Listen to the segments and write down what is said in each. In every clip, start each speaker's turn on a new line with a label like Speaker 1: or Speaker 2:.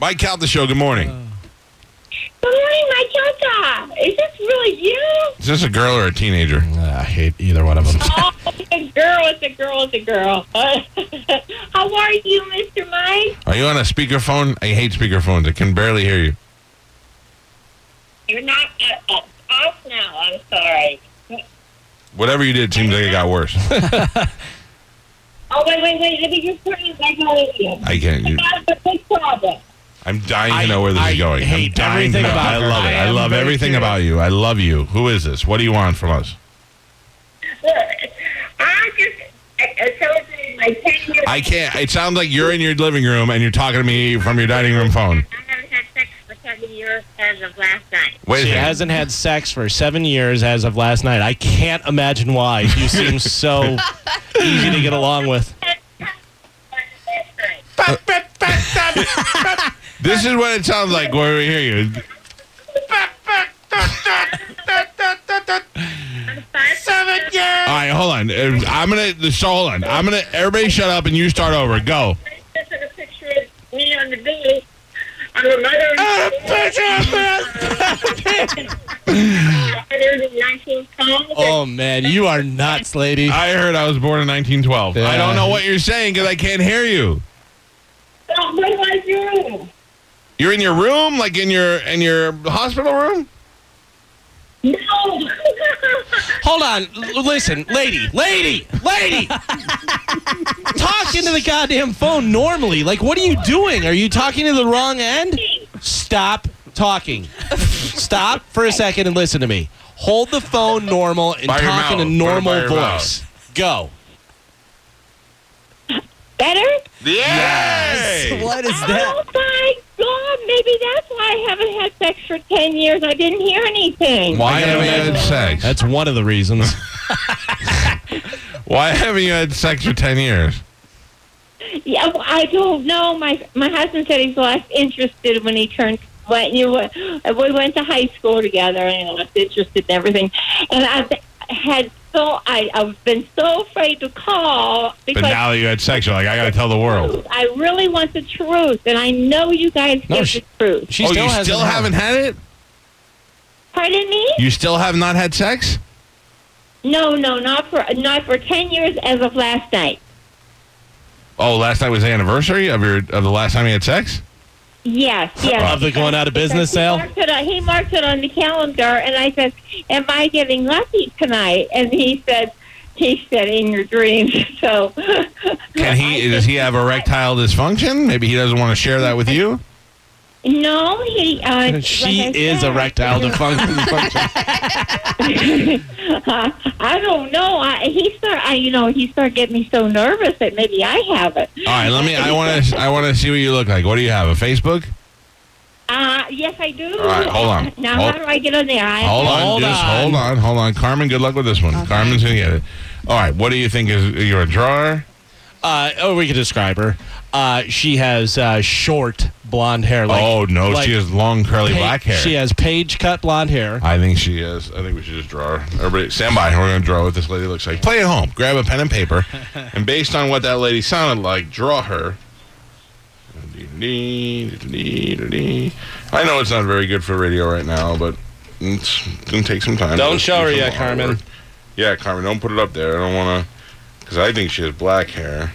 Speaker 1: Mike Calta Show, good morning.
Speaker 2: Good morning, my Tata. Is this really you?
Speaker 1: Is this a girl or a teenager?
Speaker 3: Ah, I hate either one of them.
Speaker 2: Oh, it's a girl. It's a girl. It's a girl. How are you, Mr. Mike?
Speaker 1: Are you on a speakerphone? I hate speakerphones. I can barely hear you.
Speaker 2: You're not uh, uh, off now. I'm sorry.
Speaker 1: Whatever you did seems like it got worse.
Speaker 2: Oh, wait, wait, wait. Let me just turn you back on radio.
Speaker 1: I can't. You,
Speaker 2: That's a big problem.
Speaker 1: I'm dying
Speaker 3: I-
Speaker 1: to know where this
Speaker 3: I
Speaker 1: is going. I'm
Speaker 3: hate
Speaker 1: dying to
Speaker 3: everything
Speaker 1: know.
Speaker 3: about
Speaker 1: I
Speaker 3: her.
Speaker 1: love it.
Speaker 3: I
Speaker 1: I,
Speaker 3: am
Speaker 1: love
Speaker 3: very
Speaker 1: everything
Speaker 3: curious.
Speaker 1: about you. I love you. Who is this? What do you want from us?
Speaker 2: I'm just uh, uh, celebrating my 10 years.
Speaker 1: I can't. It sounds like you're in your living room and you're talking to me from your dining room phone.
Speaker 2: I haven't had sex for 10 years as of last night.
Speaker 1: Wait a
Speaker 3: She
Speaker 1: second.
Speaker 3: hasn't had sex for seven years as of last night. I can't imagine why. You seem so easy to get along with.
Speaker 1: This is what it sounds like when we hear you.
Speaker 2: Seven years.
Speaker 1: All right, hold on. Uh, I'm gonna. So hold on. I'm gonna. Everybody, shut up and you start over. Go.
Speaker 2: This is a picture of me on the beach. I'm a mother. in 19 pounds.
Speaker 3: Oh man, you are nuts, lady.
Speaker 1: I heard I was born in 1912. I don't know what you're saying because I can't hear you.
Speaker 2: So what do I do?
Speaker 1: You're in your room, like in your in your hospital room.
Speaker 2: No.
Speaker 3: Hold on, L- listen, lady, lady, lady. Talk into the goddamn phone normally. Like, what are you doing? Are you talking to the wrong end? Stop talking. Stop for a second and listen to me. Hold the phone normal and
Speaker 1: By your
Speaker 3: talk in a
Speaker 1: mouth. Put it by
Speaker 3: normal
Speaker 1: your
Speaker 3: voice. Go.
Speaker 2: Better?
Speaker 1: Yes.
Speaker 4: What is
Speaker 2: Oh
Speaker 4: that?
Speaker 2: my God! Maybe that's why I haven't had sex for ten years. I didn't hear anything.
Speaker 1: Why haven't you had sex?
Speaker 3: That's one of the reasons.
Speaker 1: Why haven't you had sex for 10 years?
Speaker 2: Yeah, well, I don't know. My my husband said he's less interested when he turned when you were- we went to high school together and he was interested in everything. And I've had so I I've been so afraid to call
Speaker 1: But
Speaker 2: because
Speaker 1: now that you had sex, you're like, I got to tell the world.
Speaker 2: I really want the truth, and I know you guys
Speaker 3: No,
Speaker 2: get
Speaker 3: she-
Speaker 2: the truth.
Speaker 3: She
Speaker 1: oh,
Speaker 3: still,
Speaker 1: you
Speaker 3: hasn't
Speaker 1: still
Speaker 3: had it.
Speaker 1: haven't had it?
Speaker 2: Pardon me?
Speaker 1: You still have not had sex?
Speaker 2: No, no, not for not for ten years as of last night.
Speaker 1: Oh, last night was the anniversary of your of the last time you had sex.
Speaker 2: Yes, yes.
Speaker 3: Of the going out of business
Speaker 2: He
Speaker 3: sale?
Speaker 2: marked it on- He marked it on the calendar, and I said, "Am I getting lucky tonight?" And he said, "He said in your dreams." So,
Speaker 1: Can he? Does he have erectile dysfunction? Maybe he doesn't want to share that with you.
Speaker 2: no, he. Uh,
Speaker 3: She
Speaker 2: like I
Speaker 3: is
Speaker 2: said,
Speaker 3: erectile dysfunction.
Speaker 2: Uh, I don't know. I, he start. I, you know, he started getting me so nervous that maybe I have it.
Speaker 1: All right, let me. I want to. I want to see what you look like. What do you have? A Facebook?
Speaker 2: Uh, yes, I do.
Speaker 1: All right, hold on.
Speaker 2: Now,
Speaker 1: Hold-
Speaker 2: how do I get on there? I,
Speaker 1: Hold on,
Speaker 3: Hold
Speaker 1: just
Speaker 3: on.
Speaker 1: hold on, hold on. Carmen, good luck with this one. Carmen's gonna get it. All right, what do you think? Is you're a drawer?
Speaker 3: uh, oh, we could describe her. Uh, she has uh, short blonde hair. Like,
Speaker 1: oh no,
Speaker 3: like
Speaker 1: she has long curly
Speaker 3: pa-
Speaker 1: black hair.
Speaker 3: She has page cut blonde hair.
Speaker 1: I think she is. I think we should just draw her. Everybody, stand by. We're going to draw what this lady looks like. Play at home. Grab a pen and paper. and based on what that lady sounded like, draw her. I know it's not very good for radio right now, but it's going to take some time.
Speaker 3: Don't
Speaker 1: Just
Speaker 3: show
Speaker 1: do
Speaker 3: her
Speaker 1: some
Speaker 3: yet,
Speaker 1: artwork.
Speaker 3: Carmen.
Speaker 1: Yeah, Carmen, don't put it up there. I don't want to, because I think she has black hair.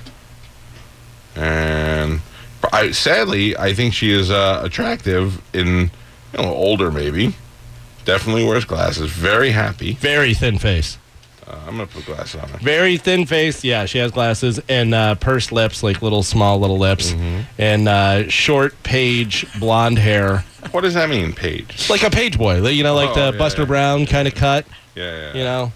Speaker 1: And but I, sadly, I think she is uh, attractive in, you know, older maybe. Definitely wears glasses. Very happy.
Speaker 3: Very thin face.
Speaker 1: Uh, I'm gonna put glasses on her.
Speaker 3: Very thin face. Yeah, she has glasses and uh, pursed lips, like little small little lips, and uh, short page blonde hair,
Speaker 1: What does that mean, Paige?
Speaker 3: like a page boy. You know, like
Speaker 1: Oh,
Speaker 3: the
Speaker 1: yeah,
Speaker 3: Buster
Speaker 1: yeah,
Speaker 3: Brown kind of cut.
Speaker 1: Yeah, yeah.
Speaker 3: You know,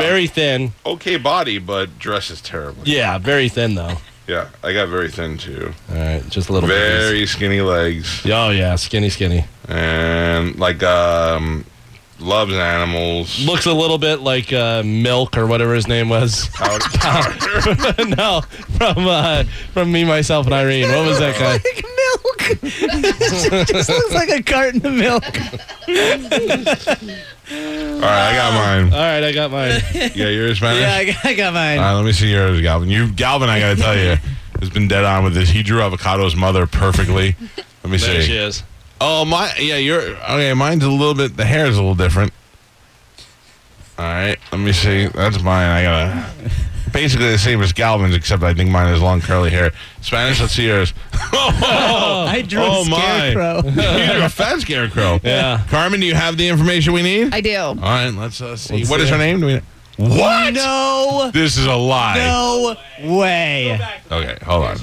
Speaker 3: very thin.
Speaker 1: Okay body, but dress is terrible.
Speaker 3: Yeah, very thin though.
Speaker 1: Yeah, I got very thin too.
Speaker 3: All right, just a little bit.
Speaker 1: Very skinny legs,
Speaker 3: Oh yeah, skinny, skinny.
Speaker 1: and like um, loves animals.
Speaker 3: Looks a little bit like uh, Milk or whatever his name was.
Speaker 1: Powder- powder.
Speaker 3: no, from uh, from me, myself, and Irene. What was that guy?
Speaker 4: Like milk. it just looks like a carton of milk.
Speaker 1: All right, I got mine.
Speaker 3: All right, I got mine.
Speaker 1: Yeah, yours, Spanish.
Speaker 4: Yeah, I got, I got mine.
Speaker 1: All right, let me see yours, Galvin. You, Galvin, I gotta tell you, has been dead on with this. He drew Avocado's mother perfectly. Let me
Speaker 5: There
Speaker 1: see.
Speaker 5: she is.
Speaker 1: Oh my, yeah, you're okay. Mine's a little bit. The hair's a little different. All right, let me see. That's mine. I gotta basically the same as Galvin's, except I think mine has long curly hair. Spanish, let's see yours. oh,
Speaker 4: I drew
Speaker 1: oh
Speaker 4: a
Speaker 1: my! You
Speaker 4: scarecrow.
Speaker 1: drew a fat scarecrow.
Speaker 5: Yeah.
Speaker 1: Carmen, do you have the information we need?
Speaker 6: I do.
Speaker 1: All right, let's uh, see. What is
Speaker 5: Let's see.
Speaker 1: her name? Do we? What?
Speaker 4: No,
Speaker 1: This is a lie.
Speaker 4: no way.
Speaker 1: Okay, hold on.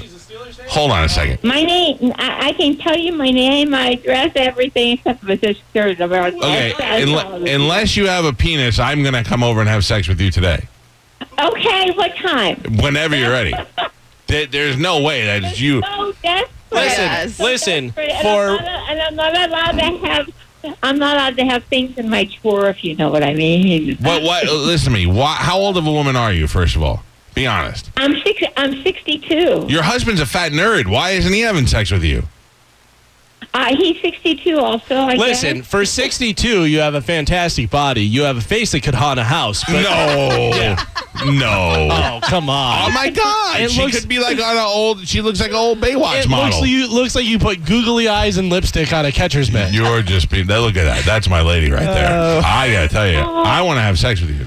Speaker 1: Hold on a second.
Speaker 2: My name, I, I can tell you my name, my address, everything except for this shirt.
Speaker 1: Okay,
Speaker 2: Okay,
Speaker 1: unle- unless you have a penis, I'm gonna come over and have sex with you today.
Speaker 2: okay, what time?
Speaker 1: whenever you're ready. There- There's no way that it's you.
Speaker 2: So desperate.
Speaker 3: Listen,
Speaker 6: Yes.
Speaker 3: listen.
Speaker 2: Desperate, and I'm
Speaker 3: For
Speaker 2: not, and I'm not allowed to have. I'm not allowed to have things in my drawer, if you know what I mean.
Speaker 1: What? What? Listen to me. Why, how old of a woman are you? First of all, be honest.
Speaker 2: I'm six. I'm 62.
Speaker 1: Your husband's a fat nerd. Why isn't he having sex with you?
Speaker 2: Uh, he's 62, also. I
Speaker 3: listen,
Speaker 2: guess.
Speaker 3: for 62, you have a fantastic body. You have a face that could haunt a house. But
Speaker 1: No. No.
Speaker 3: Oh, come
Speaker 1: Oh
Speaker 3: on.
Speaker 1: my God!
Speaker 3: It
Speaker 1: she
Speaker 3: looks-
Speaker 1: could be like on an old. She looks like an old Baywatch
Speaker 3: it
Speaker 1: model.
Speaker 3: looks like, you, looks like you put googly eyes and lipstick on a catcher's mitt.
Speaker 1: You're just being. that- Look at that. That's my lady right there.
Speaker 3: Oh.
Speaker 1: I gotta tell you, I want to have sex with you.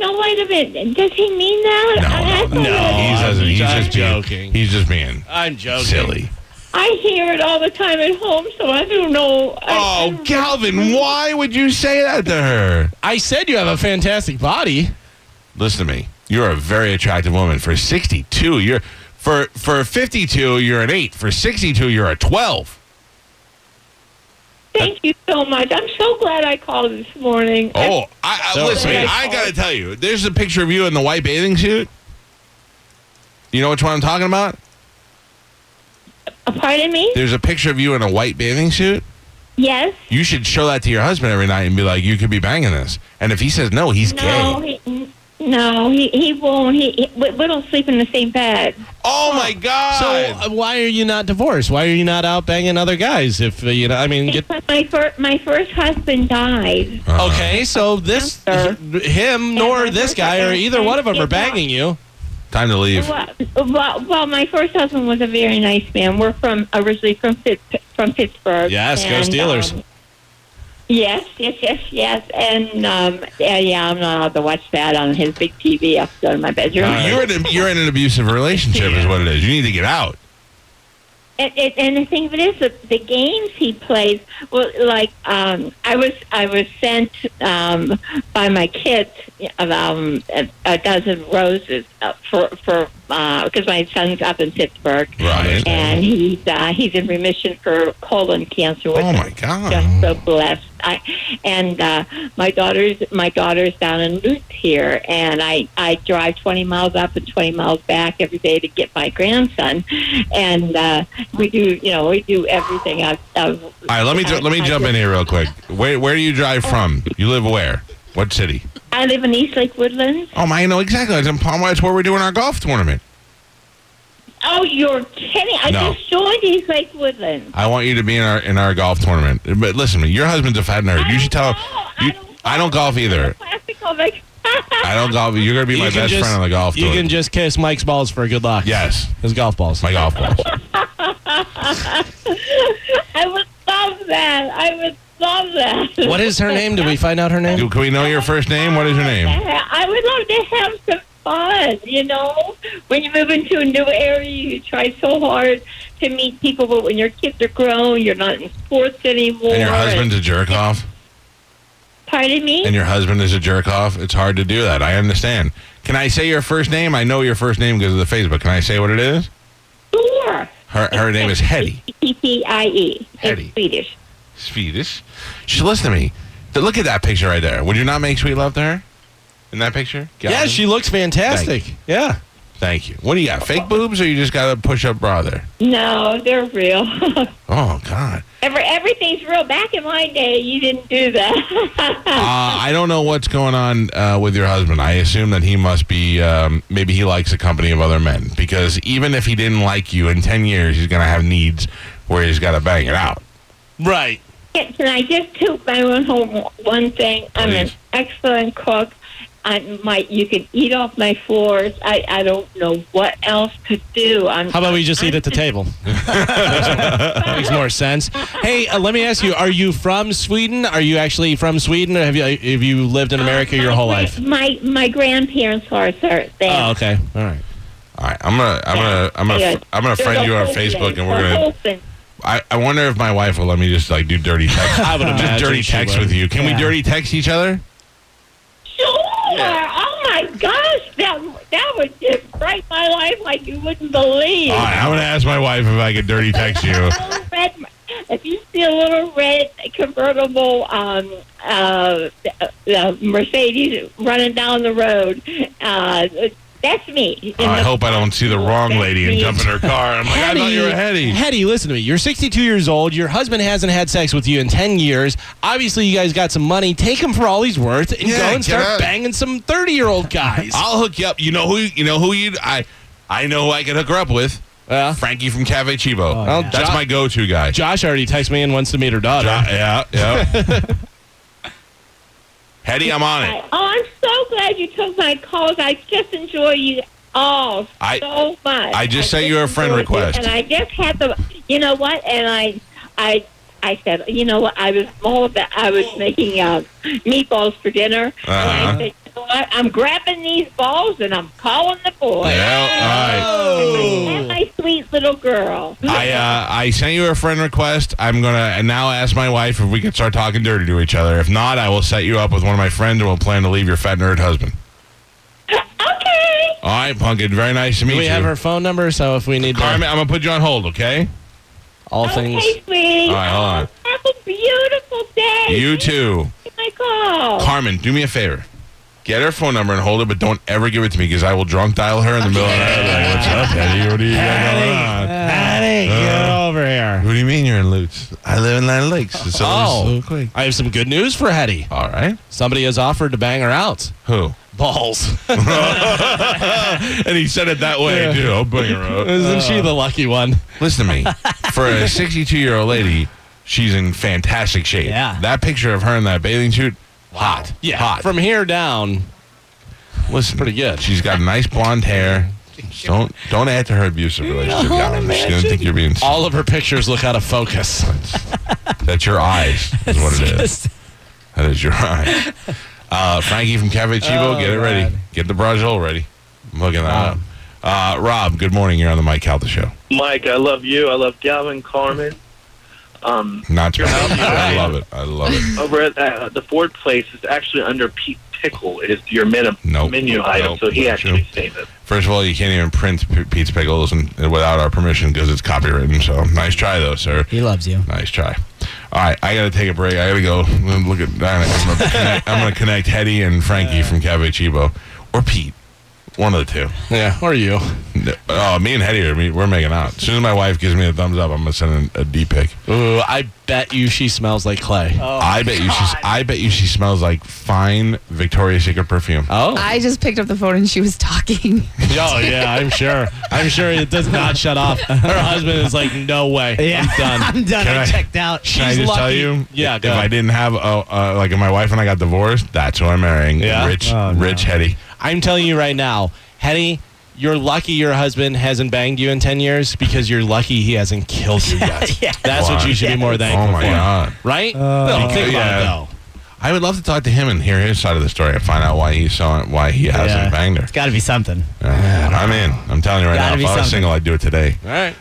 Speaker 2: No, wait a minute. Does he mean that?
Speaker 1: No,
Speaker 2: I,
Speaker 1: no,
Speaker 2: that's
Speaker 1: no.
Speaker 2: what I-
Speaker 1: He's,
Speaker 3: I'm-
Speaker 1: he's
Speaker 3: I'm
Speaker 1: just being-
Speaker 3: joking.
Speaker 1: He's just being
Speaker 3: I'm joking.
Speaker 1: silly.
Speaker 2: I hear it all the time at home, so I don't know. I- I
Speaker 1: Oh,
Speaker 2: don't
Speaker 1: Calvin, why would you say that to her?
Speaker 3: I said you have a fantastic body.
Speaker 1: Listen to me. You're a very attractive woman. For 62, you're for for 52, you're an 8. For 62, you're a 12.
Speaker 2: Thank you so much. I'm so glad I called this morning. Uh,
Speaker 1: Oh, I, I
Speaker 3: So-
Speaker 1: listen to me. I got to tell you. There's a picture of you in the white bathing suit. You know which one I'm talking about?
Speaker 2: Uh, Pardon me?
Speaker 1: There's a picture of you in a white bathing suit.
Speaker 2: Yes.
Speaker 1: You should show that to your husband every night and be like, "You could be banging this." And if he says no, he's
Speaker 2: No,
Speaker 1: gay.
Speaker 2: he, n- no, he, he won't. He, he we, we don't sleep in the same bed.
Speaker 1: Oh my god.
Speaker 3: So uh, why are you not divorced? Why are you not out banging other guys? If uh, you know, I mean, get,
Speaker 2: Because my first my first husband died.
Speaker 1: Uh-huh.
Speaker 3: okay. So this,
Speaker 2: Yes,
Speaker 3: him nor
Speaker 2: my
Speaker 3: this
Speaker 2: first
Speaker 3: guy or
Speaker 2: husband
Speaker 3: either one of them
Speaker 2: is
Speaker 3: are
Speaker 2: not-
Speaker 3: banging you.
Speaker 1: Time to leave.
Speaker 2: Well, well, well, my first husband was a very nice man. We're from originally from Pitt, from Pittsburgh.
Speaker 3: Yes, go
Speaker 2: and,
Speaker 3: Steelers.
Speaker 2: um, yes, yes, yes, yes, and um, yeah, yeah, I'm not allowed to watch that on his big TV up there in my bedroom.
Speaker 1: You're in, a, you're in an abusive relationship, is what it is. You need to get out.
Speaker 2: And, and, and the thing of it is, the, the games he plays. Well, like um, I was, I was sent um, by my kids um, a, a dozen roses uh, for for because my son's up in Pittsburgh,
Speaker 1: Right.
Speaker 2: and he's uh, he's in remission for colon cancer. Which
Speaker 1: Oh my
Speaker 2: I'm
Speaker 1: god.
Speaker 2: Just so blessed. I and uh, my daughter's my daughter's down in Lutz here, and I I drive twenty miles up and twenty miles back every day to get my grandson, and uh, we do you know we do everything. I've, I've,
Speaker 1: All right, let me let me
Speaker 2: I- I
Speaker 1: jump in
Speaker 2: just-
Speaker 1: here real quick. Where where do you drive from? You live where? What city?
Speaker 2: I live in East Lake Woodlands.
Speaker 1: Oh my, I know exactly. It's in Palm That's where we're doing our golf tournament.
Speaker 2: Oh, you're kidding! I
Speaker 1: No.
Speaker 2: just joined East Lake Woodlands.
Speaker 1: I want you to be in our in our golf tournament. But listen to me, your husband's a fat nerd. You should tell him. You, I don't golf either.
Speaker 2: Classical, like
Speaker 1: I don't golf. You're gonna be
Speaker 3: You
Speaker 1: my
Speaker 3: can
Speaker 1: best
Speaker 3: just-
Speaker 1: friend on the golf
Speaker 3: You
Speaker 1: tour.
Speaker 3: can just kiss Mike's balls for good luck.
Speaker 1: yes,
Speaker 3: his golf balls.
Speaker 1: my golf balls.
Speaker 2: I would love that. I would love that.
Speaker 3: What is her name? Did we find out her name?
Speaker 1: Do- Can we know your first name? What is your name?
Speaker 2: Uh, I would love to have some fun, you know. When you move into a new area, you try so hard to meet people, but when your kids are grown, you're not in sports anymore.
Speaker 1: And your husband's a jerk off.
Speaker 2: Pardon me?
Speaker 1: and your husband is a jerk off, it's hard to do that. I understand. Can I say your first name? I know your first name because of the Facebook. Can I say what it is?
Speaker 2: sure.
Speaker 1: Her, her name is Hetty.
Speaker 2: P-T-I-E.
Speaker 1: Hetty.
Speaker 2: E. It's Swedish.
Speaker 1: Swedish. She listen to me. Th- Look at that picture right there. Would you not make sweet love to her? In that picture? Got
Speaker 3: Yeah,
Speaker 1: it?
Speaker 3: she looks fantastic. Yeah.
Speaker 1: Thank you. What do you got? Fake boobs, or you just got a push-up bra there?
Speaker 2: No, they're real.
Speaker 1: Oh God.
Speaker 2: Every, everything's real. Back in my day, you didn't do
Speaker 1: Uh,
Speaker 2: that.
Speaker 1: I don't know what's going on uh, with your husband. I assume that he must be. Um, maybe he likes the company of other men because even if he didn't like you in ten years, he's gonna have needs where he's got to bang it out.
Speaker 3: Right.
Speaker 2: Can I just toot my own home one thing? I'm an
Speaker 1: Please.
Speaker 2: excellent cook, I might you can eat off my floors. I, I don't know what else to do. I'm,
Speaker 3: How about we just eat at the table? that makes more sense. Hey, uh, let me ask you: Are you from Sweden? Are you actually from Sweden, or have you have you lived in America your
Speaker 2: My
Speaker 3: whole
Speaker 2: gra-
Speaker 3: life?
Speaker 2: My my grandparents' hearts are there.
Speaker 3: Oh, okay. All right.
Speaker 1: All right, I'm gonna, I'm gonna, I'm gonna,
Speaker 2: Yeah.
Speaker 1: I'm gonna
Speaker 2: There's
Speaker 1: friend
Speaker 2: a
Speaker 1: you on
Speaker 2: whole
Speaker 1: Facebook,
Speaker 2: thing,
Speaker 1: and we're
Speaker 2: a
Speaker 1: gonna.
Speaker 2: whole thing.
Speaker 1: I, I wonder if my wife will let me just like do dirty text.
Speaker 3: I would imagine
Speaker 1: just dirty
Speaker 3: she
Speaker 1: text
Speaker 3: would.
Speaker 1: with you. Can
Speaker 4: Yeah.
Speaker 1: we dirty text each other?
Speaker 2: Sure. Oh my gosh, that that would just brighten my life like you wouldn't believe.
Speaker 1: All right, I'm gonna ask my wife if I could dirty text you.
Speaker 2: Little red, if you see a little red convertible um, uh, uh, Mercedes running down the road, uh, that's me. In
Speaker 1: I
Speaker 2: the-
Speaker 1: hope I don't see the wrong lady and jump in her car. I'm like, I thought you were heady.
Speaker 3: Hetty, listen to me. You're 62 years old. Your husband hasn't had sex with you in 10 years. Obviously, you guys got some money. Take him for all he's worth and
Speaker 1: Yeah,
Speaker 3: go and
Speaker 1: get out.
Speaker 3: start banging some 30 year old guys.
Speaker 1: I'll hook you up. You know who? You know who you? I, I know who I could hook her up with.
Speaker 3: Yeah.
Speaker 1: Frankie from Cafe Chivo.
Speaker 4: Oh, yeah.
Speaker 1: That's
Speaker 3: Jo-
Speaker 1: my go-to guy.
Speaker 3: Josh already texted me and wants to meet her daughter.
Speaker 1: Jo- yeah, yeah. Hetty, I'm on it.
Speaker 2: Oh, I'm so glad you took my calls. I just enjoy you all
Speaker 1: I-
Speaker 2: so much.
Speaker 1: I just sent you a friend
Speaker 2: enjoyed you,
Speaker 1: request.
Speaker 2: and I just had the. You know what? And I, I, I said, you know what? I was more that I was making uh, meatballs for dinner, and I
Speaker 1: Uh-huh.
Speaker 2: said, you know what? I'm grabbing these balls and I'm calling the boy.
Speaker 1: Yeah, all right.
Speaker 3: Oh.
Speaker 2: And my sweet little girl.
Speaker 1: I uh, I sent you a friend request. I'm gonna now ask my wife if we can start talking dirty to each other. If not, I will set you up with one of my friends, and we'll plan to leave your fat nerd husband.
Speaker 2: okay.
Speaker 1: All right, Punkin. Very nice to meet
Speaker 3: Do we
Speaker 1: you.
Speaker 3: have her phone number? So if we need to-
Speaker 1: Carmen, I'm gonna put you on hold. Okay.
Speaker 3: all things.
Speaker 2: Okay, sweetie.
Speaker 1: All right, hold on.
Speaker 2: Have a beautiful day.
Speaker 1: You too.
Speaker 2: Thank you for My call.
Speaker 1: Carmen, do me a favor. Get her phone number and hold it, but don't ever give it to me because I will drunk dial her in the middle of the night. Like, what's up, Eddie? What do you got going on?
Speaker 3: Hetty, get
Speaker 1: Uh,
Speaker 3: over here.
Speaker 1: What do you mean you're in Lutz? I live in Land Lakes. It's so,
Speaker 3: Oh.
Speaker 1: so quick.
Speaker 3: I have some good news for Hetty.
Speaker 1: All right.
Speaker 3: Somebody has offered to bang her out.
Speaker 1: Who?
Speaker 3: Balls.
Speaker 1: And he said it that way,
Speaker 3: Yeah.
Speaker 1: too. I'll bring her up.
Speaker 3: Isn't she the lucky one?
Speaker 1: Listen to me. For a 62 year old lady, she's in fantastic shape.
Speaker 4: Yeah.
Speaker 1: That picture of her in that bathing suit, hot.
Speaker 3: Yeah.
Speaker 1: Hot.
Speaker 3: From here down,
Speaker 1: Listen,
Speaker 3: pretty good.
Speaker 1: She's got nice blonde hair. Just don't don't add to her abusive relationship. Gavin. She's gonna think you're being.
Speaker 3: all of her pictures look out of focus.
Speaker 1: That's your eyes, is what it is.
Speaker 4: Just-
Speaker 1: That is your eyes. Uh, Frankie from Cafe
Speaker 3: Oh,
Speaker 1: Chivo, get it ready. Get the brajol ready. I'm looking that up. Uh, Rob, good morning. You're on the Mike Calta show.
Speaker 5: Mike, I love you. I love Calvin Carmen. Um,
Speaker 1: Not to
Speaker 5: You're welcome.
Speaker 1: I love it. I love it.
Speaker 5: over at uh, the Ford place, it's actually under Pete Pickle is your menu,
Speaker 1: Nope.
Speaker 5: menu item,
Speaker 1: Nope.
Speaker 5: so he
Speaker 1: Not
Speaker 5: actually
Speaker 1: true.
Speaker 5: saved it.
Speaker 1: First of all, you can't even print P- Pete's Pickles and, without our permission because it's copywritten. So nice try, though, sir.
Speaker 4: he loves you.
Speaker 1: Nice try. All right, I gotta take a break. I gotta go I'm gonna look at. I'm gonna connect, I'm gonna connect Hetty and Frankie from Cafe Chivo, or Pete, one of the two.
Speaker 3: yeah, or you.
Speaker 1: No, Oh, me and Hetty are me- we're making out. As soon as my wife gives me a thumbs up, I'm gonna send in a D pic.
Speaker 3: Ooh, I bet you she smells like clay. Oh.
Speaker 1: I bet you she's. I bet you she smells like fine Victoria's Secret perfume.
Speaker 6: I just picked up the phone and she was talking.
Speaker 3: oh, yeah, I'm sure. I'm sure it does not shut off. Her husband is like, no way.
Speaker 4: Yeah.
Speaker 3: I'm done.
Speaker 4: I'm done.
Speaker 1: Can
Speaker 4: I,
Speaker 1: I-
Speaker 4: checked out.
Speaker 1: Can I
Speaker 3: she's
Speaker 1: just tell
Speaker 3: lucky.
Speaker 1: you?
Speaker 3: Yeah,
Speaker 1: If
Speaker 3: go.
Speaker 1: I didn't have a, uh, like my wife and I got divorced, that's who I'm marrying.
Speaker 3: Yeah?
Speaker 1: Rich,
Speaker 4: Oh, no.
Speaker 1: rich Hetty.
Speaker 3: I'm telling you right now, Henny, you're lucky your husband hasn't banged you in 10 years because you're lucky he hasn't killed you yet.
Speaker 4: Yeah.
Speaker 3: That's what
Speaker 1: Why?
Speaker 3: you should be more thankful
Speaker 1: Oh my
Speaker 3: for.
Speaker 1: god.
Speaker 3: Right?
Speaker 4: Uh,
Speaker 3: no, think
Speaker 1: yeah.
Speaker 3: about it,
Speaker 1: I would love to talk to him and hear his side of the story and find out why he saw why he hasn't
Speaker 4: Yeah.
Speaker 1: banged her.
Speaker 4: It's got to be something.
Speaker 1: Uh, I'm in. I'm telling you right now.
Speaker 4: Gotta
Speaker 1: If
Speaker 4: be
Speaker 1: I was
Speaker 4: something.
Speaker 1: single, I'd do it today.
Speaker 3: though. All right.